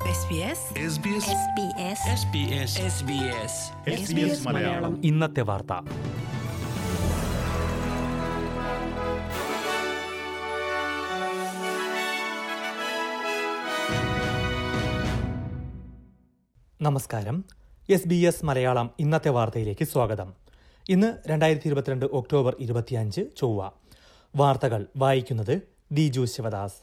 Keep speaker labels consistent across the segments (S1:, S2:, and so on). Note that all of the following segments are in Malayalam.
S1: SBS
S2: SBS
S1: SBS
S3: SBS
S4: SBS
S2: SBS Malayalam
S3: ഇന്നത്തെ വാർത്ത നമസ്കാരം എസ് ബി എസ് മലയാളം ഇന്നത്തെ വാർത്തയിലേക്ക് സ്വാഗതം ഇന്ന് രണ്ടായിരത്തി ഇരുപത്തിരണ്ട് ഒക്ടോബർ ഇരുപത്തിയഞ്ച് ചൊവ്വ വാർത്തകൾ വായിക്കുന്നത് ദിജു ശിവദാസ്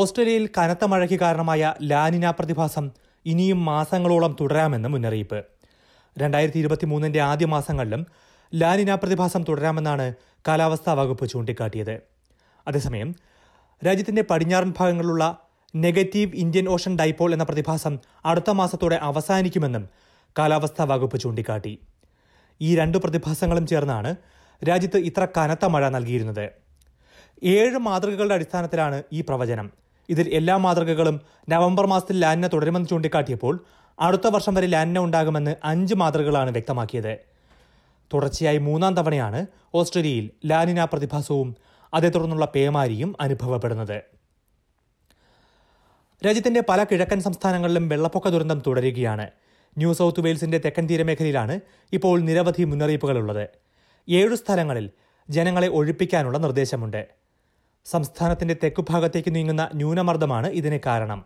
S3: ഓസ്ട്രേലിയയിൽ കനത്ത മഴയ്ക്ക് കാരണമായ ലാനിന പ്രതിഭാസം ഇനിയും മാസങ്ങളോളം തുടരാമെന്ന് മുന്നറിയിപ്പ് രണ്ടായിരത്തി ഇരുപത്തിമൂന്നിന്റെ ആദ്യ മാസങ്ങളിലും ലാനിന പ്രതിഭാസം തുടരാമെന്നാണ് കാലാവസ്ഥാ വകുപ്പ് ചൂണ്ടിക്കാട്ടിയത് അതേസമയം രാജ്യത്തിന്റെ പടിഞ്ഞാറൻ ഭാഗങ്ങളിലുള്ള നെഗറ്റീവ് ഇന്ത്യൻ ഓഷൻ ഡൈപോൾ എന്ന പ്രതിഭാസം അടുത്ത മാസത്തോടെ അവസാനിക്കുമെന്നും കാലാവസ്ഥാ വകുപ്പ് ചൂണ്ടിക്കാട്ടി ഈ രണ്ട് പ്രതിഭാസങ്ങളും ചേർന്നാണ് രാജ്യത്ത് ഇത്ര കനത്ത മഴ നൽകിയിരുന്നത് ഏഴ് മാതൃകകളുടെ അടിസ്ഥാനത്തിലാണ് ഈ പ്രവചനം ഇതിൽ എല്ലാ മാതൃകകളും നവംബർ മാസത്തിൽ ലാനിന തുടരുമെന്ന് ചൂണ്ടിക്കാട്ടിയപ്പോൾ അടുത്ത വർഷം വരെ ലാനിന ഉണ്ടാകുമെന്ന് അഞ്ച് മാതൃകകളാണ് വ്യക്തമാക്കിയത് തുടർച്ചയായി മൂന്നാം തവണയാണ് ഓസ്ട്രേലിയയിൽ ലാനിന പ്രതിഭാസവും അതേ തുടർന്നുള്ള പേമാരിയും അനുഭവപ്പെടുന്നത് രാജ്യത്തിന്റെ പല കിഴക്കൻ സംസ്ഥാനങ്ങളിലും വെള്ളപ്പൊക്ക ദുരന്തം തുടരുകയാണ് ന്യൂ സൗത്ത് വെയിൽസിന്റെ തെക്കൻ തീരമേഖലയിലാണ് ഇപ്പോൾ നിരവധി മുന്നറിയിപ്പുകളുള്ളത് ഏഴു സ്ഥലങ്ങളിൽ ജനങ്ങളെ ഒഴിപ്പിക്കാനുള്ള നിർദ്ദേശമുണ്ട് സംസ്ഥാനത്തിന്റെ തെക്കുഭാഗത്തേക്ക് നീങ്ങുന്ന ന്യൂനമർദ്ദമാണ് ഇതിന് കാരണം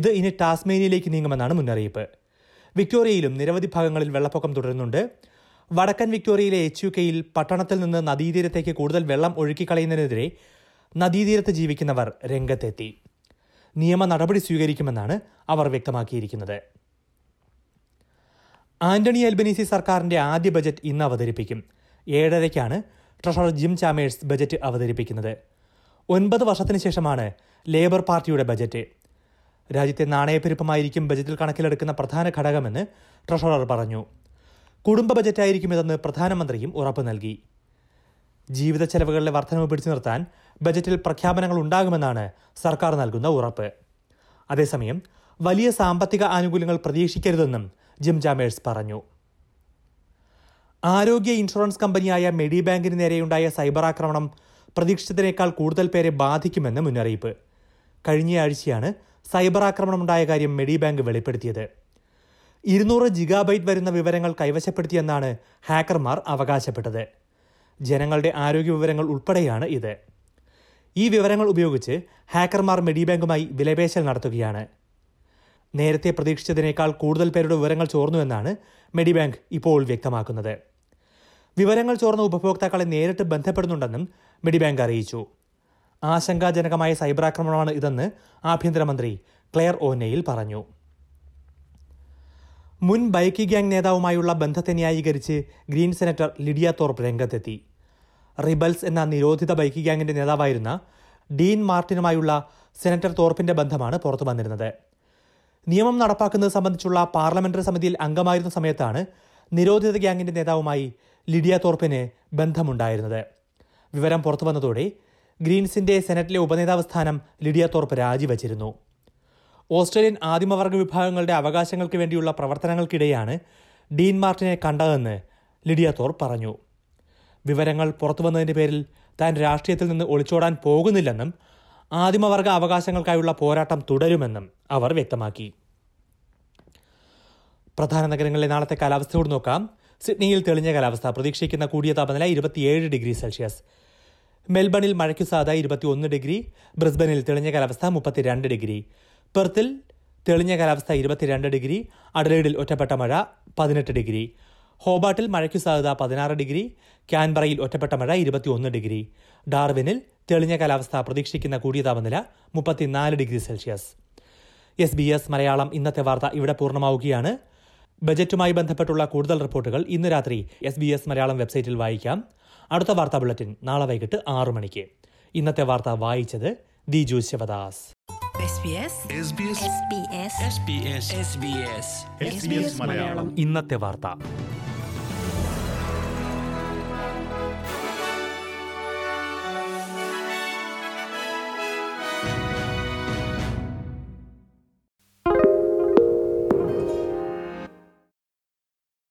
S3: ഇത് ഇനി ടാസ്മേനിയയിലേക്ക് നീങ്ങുമെന്നാണ് മുന്നറിയിപ്പ് വിക്ടോറിയയിലും നിരവധി ഭാഗങ്ങളിൽ വെള്ളപ്പൊക്കം തുടരുന്നുണ്ട് വടക്കൻ വിക്ടോറിയയിലെ എച്ച് യു കെയിൽ പട്ടണത്തിൽ നിന്ന് നദീതീരത്തേക്ക് കൂടുതൽ വെള്ളം ഒഴുക്കിക്കളയുന്നതിനെതിരെ നദീതീരത്ത് ജീവിക്കുന്നവർ രംഗത്തെത്തി നിയമ നടപടി സ്വീകരിക്കുമെന്നാണ് അവർ വ്യക്തമാക്കിയിരിക്കുന്നത് ആന്റണി അൽബനീസി സർക്കാരിന്റെ ആദ്യ ബജറ്റ് ഇന്ന് അവതരിപ്പിക്കും ഏഴരയ്ക്കാണ് ട്രഷറർ ജിം ചാമേഴ്സ് ബജറ്റ് അവതരിപ്പിക്കുന്നത് ഒൻപത് വർഷത്തിന് ശേഷമാണ് ലേബർ പാർട്ടിയുടെ ബജറ്റ് രാജ്യത്തെ നാണയപ്പെരുപ്പമായിരിക്കും ബജറ്റിൽ കണക്കിലെടുക്കുന്ന പ്രധാന ഘടകമെന്ന് ട്രഷറർ പറഞ്ഞു കുടുംബ ബജറ്റായിരിക്കും ഇതെന്ന് പ്രധാനമന്ത്രിയും ഉറപ്പ് നൽകി ജീവിത ചെലവുകളിലെ വർധനവ് പിടിച്ചു നിർത്താൻ ബജറ്റിൽ പ്രഖ്യാപനങ്ങൾ ഉണ്ടാകുമെന്നാണ് സർക്കാർ നൽകുന്ന ഉറപ്പ് അതേസമയം വലിയ സാമ്പത്തിക ആനുകൂല്യങ്ങൾ പ്രതീക്ഷിക്കരുതെന്നും ജിം ചാമേഴ്സ് പറഞ്ഞു ആരോഗ്യ ഇൻഷുറൻസ് കമ്പനിയായ മെഡിബാങ്കിന് നേരെയുണ്ടായ സൈബർ ആക്രമണം പ്രതീക്ഷിച്ചതിനേക്കാൾ കൂടുതൽ പേരെ ബാധിക്കുമെന്ന് മുന്നറിയിപ്പ് കഴിഞ്ഞയാഴ്ചയാണ് സൈബർ ആക്രമണമുണ്ടായ കാര്യം മെഡിബാങ്ക് വെളിപ്പെടുത്തിയത് ഇരുന്നൂറ് ജിഗാബൈറ്റ് വരുന്ന വിവരങ്ങൾ കൈവശപ്പെടുത്തിയെന്നാണ് ഹാക്കർമാർ അവകാശപ്പെട്ടത് ജനങ്ങളുടെ ആരോഗ്യ വിവരങ്ങൾ ഉൾപ്പെടെയാണ് ഇത് ഈ വിവരങ്ങൾ ഉപയോഗിച്ച് ഹാക്കർമാർ മെഡിബാങ്കുമായി വിലപേശൽ നടത്തുകയാണ് നേരത്തെ പ്രതീക്ഷിച്ചതിനേക്കാൾ കൂടുതൽ പേരുടെ വിവരങ്ങൾ ചോർന്നുവെന്നാണ് മെഡിബാങ്ക് ഇപ്പോൾ വ്യക്തമാക്കുന്നത് വിവരങ്ങൾ ചോർന്ന ഉപഭോക്താക്കളെ നേരിട്ട് ബന്ധപ്പെടുന്നുണ്ടെന്നും മെഡിബാങ്ക് അറിയിച്ചു ആശങ്കാജനകമായ സൈബർ ആക്രമണമാണ് ഇതെന്ന് ആഭ്യന്തരമന്ത്രി ക്ലെയർ ഓനയിൽ പറഞ്ഞു മുൻ ബൈക്കി ഗ്യാങ് നേതാവുമായുള്ള ബന്ധത്തെ ന്യായീകരിച്ച് ഗ്രീൻ സെനറ്റർ ലിഡിയ തോർപ്പ് രംഗത്തെത്തി റിബൽസ് എന്ന നിരോധിത ബൈക്ക് ഗ്യാങ്ങിന്റെ നേതാവായിരുന്ന ഡീൻ മാർട്ടിനുമായുള്ള സെനറ്റർ തോർപ്പിന്റെ ബന്ധമാണ് പുറത്തു വന്നിരുന്നത് നിയമം നടപ്പാക്കുന്നത് സംബന്ധിച്ചുള്ള പാർലമെന്ററി സമിതിയിൽ അംഗമായിരുന്ന സമയത്താണ് നിരോധിത ഗ്യാങ്ങിന്റെ നേതാവുമായി ലിഡിയ തോർപ്പിന് ബന്ധമുണ്ടായിരുന്നത് വിവരം പുറത്തു വന്നതോടെ ഗ്രീൻസിന്റെ സെനറ്റിലെ ഉപനേതാവ് സ്ഥാനം ലിഡിയ തോർപ്പ് രാജിവച്ചിരുന്നു ഓസ്ട്രേലിയൻ ആദിമവർഗ വിഭാഗങ്ങളുടെ അവകാശങ്ങൾക്ക് വേണ്ടിയുള്ള പ്രവർത്തനങ്ങൾക്കിടെയാണ് ഡീൻ മാർട്ടിനെ കണ്ടതെന്ന് ലിഡിയ തോർപ്പ് പറഞ്ഞു വിവരങ്ങൾ പുറത്തു വന്നതിന്റെ പേരിൽ താൻ രാഷ്ട്രീയത്തിൽ നിന്ന് ഒളിച്ചോടാൻ പോകുന്നില്ലെന്നും ആദിമവർഗ അവകാശങ്ങൾക്കായുള്ള പോരാട്ടം തുടരുമെന്നും അവർ വ്യക്തമാക്കി പ്രധാന നഗരങ്ങളിലെ നാളത്തെ കാലാവസ്ഥ കൂടി നോക്കാം സിഡ്നിയിൽ തെളിഞ്ഞ കാലാവസ്ഥ പ്രതീക്ഷിക്കുന്ന കൂടിയ താപനില ഇരുപത്തിയേഴ് ഡിഗ്രി സെൽഷ്യസ് മെൽബണിൽ മഴയ്ക്ക് സാധ ഇരുപത്തിയൊന്ന് ഡിഗ്രി ബ്രിസ്ബനിൽ തെളിഞ്ഞ കാലാവസ്ഥ മുപ്പത്തിരണ്ട് ഡിഗ്രി പെർത്തിൽ തെളിഞ്ഞ കാലാവസ്ഥ ഇരുപത്തിരണ്ട് ഡിഗ്രി അഡലേഡിൽ ഒറ്റപ്പെട്ട മഴ പതിനെട്ട് ഡിഗ്രി ഹോബാട്ടിൽ മഴയ്ക്ക് സാധ്യത പതിനാറ് ഡിഗ്രി ക്യാൻബറയിൽ ഒറ്റപ്പെട്ട മഴ ഇരുപത്തിയൊന്ന് ഡിഗ്രി ഡാർവിനിൽ തെളിഞ്ഞ കാലാവസ്ഥ പ്രതീക്ഷിക്കുന്ന കൂടിയ താപനില മുപ്പത്തിനാല് degree Celsius S B S Malayalam ഇന്നത്തെ വാർത്ത ഇവിടെ പൂർണ്ണമാവുകയാണ് ബജറ്റുമായി ബന്ധപ്പെട്ടുള്ള കൂടുതൽ റിപ്പോർട്ടുകൾ ഇന്ന് രാത്രി എസ് ബി എസ് മലയാളം വെബ്സൈറ്റിൽ വായിക്കാം അടുത്ത വാർത്താ ബുള്ളറ്റിൻ നാളെ വൈകിട്ട് ആറു മണിക്ക് ഇന്നത്തെ വാർത്ത വായിച്ചത് Diju Sivadas
S1: SBS
S2: SBS
S1: SBS
S4: SBS
S2: SBS Malayalam
S3: ഇന്നത്തെ വാർത്ത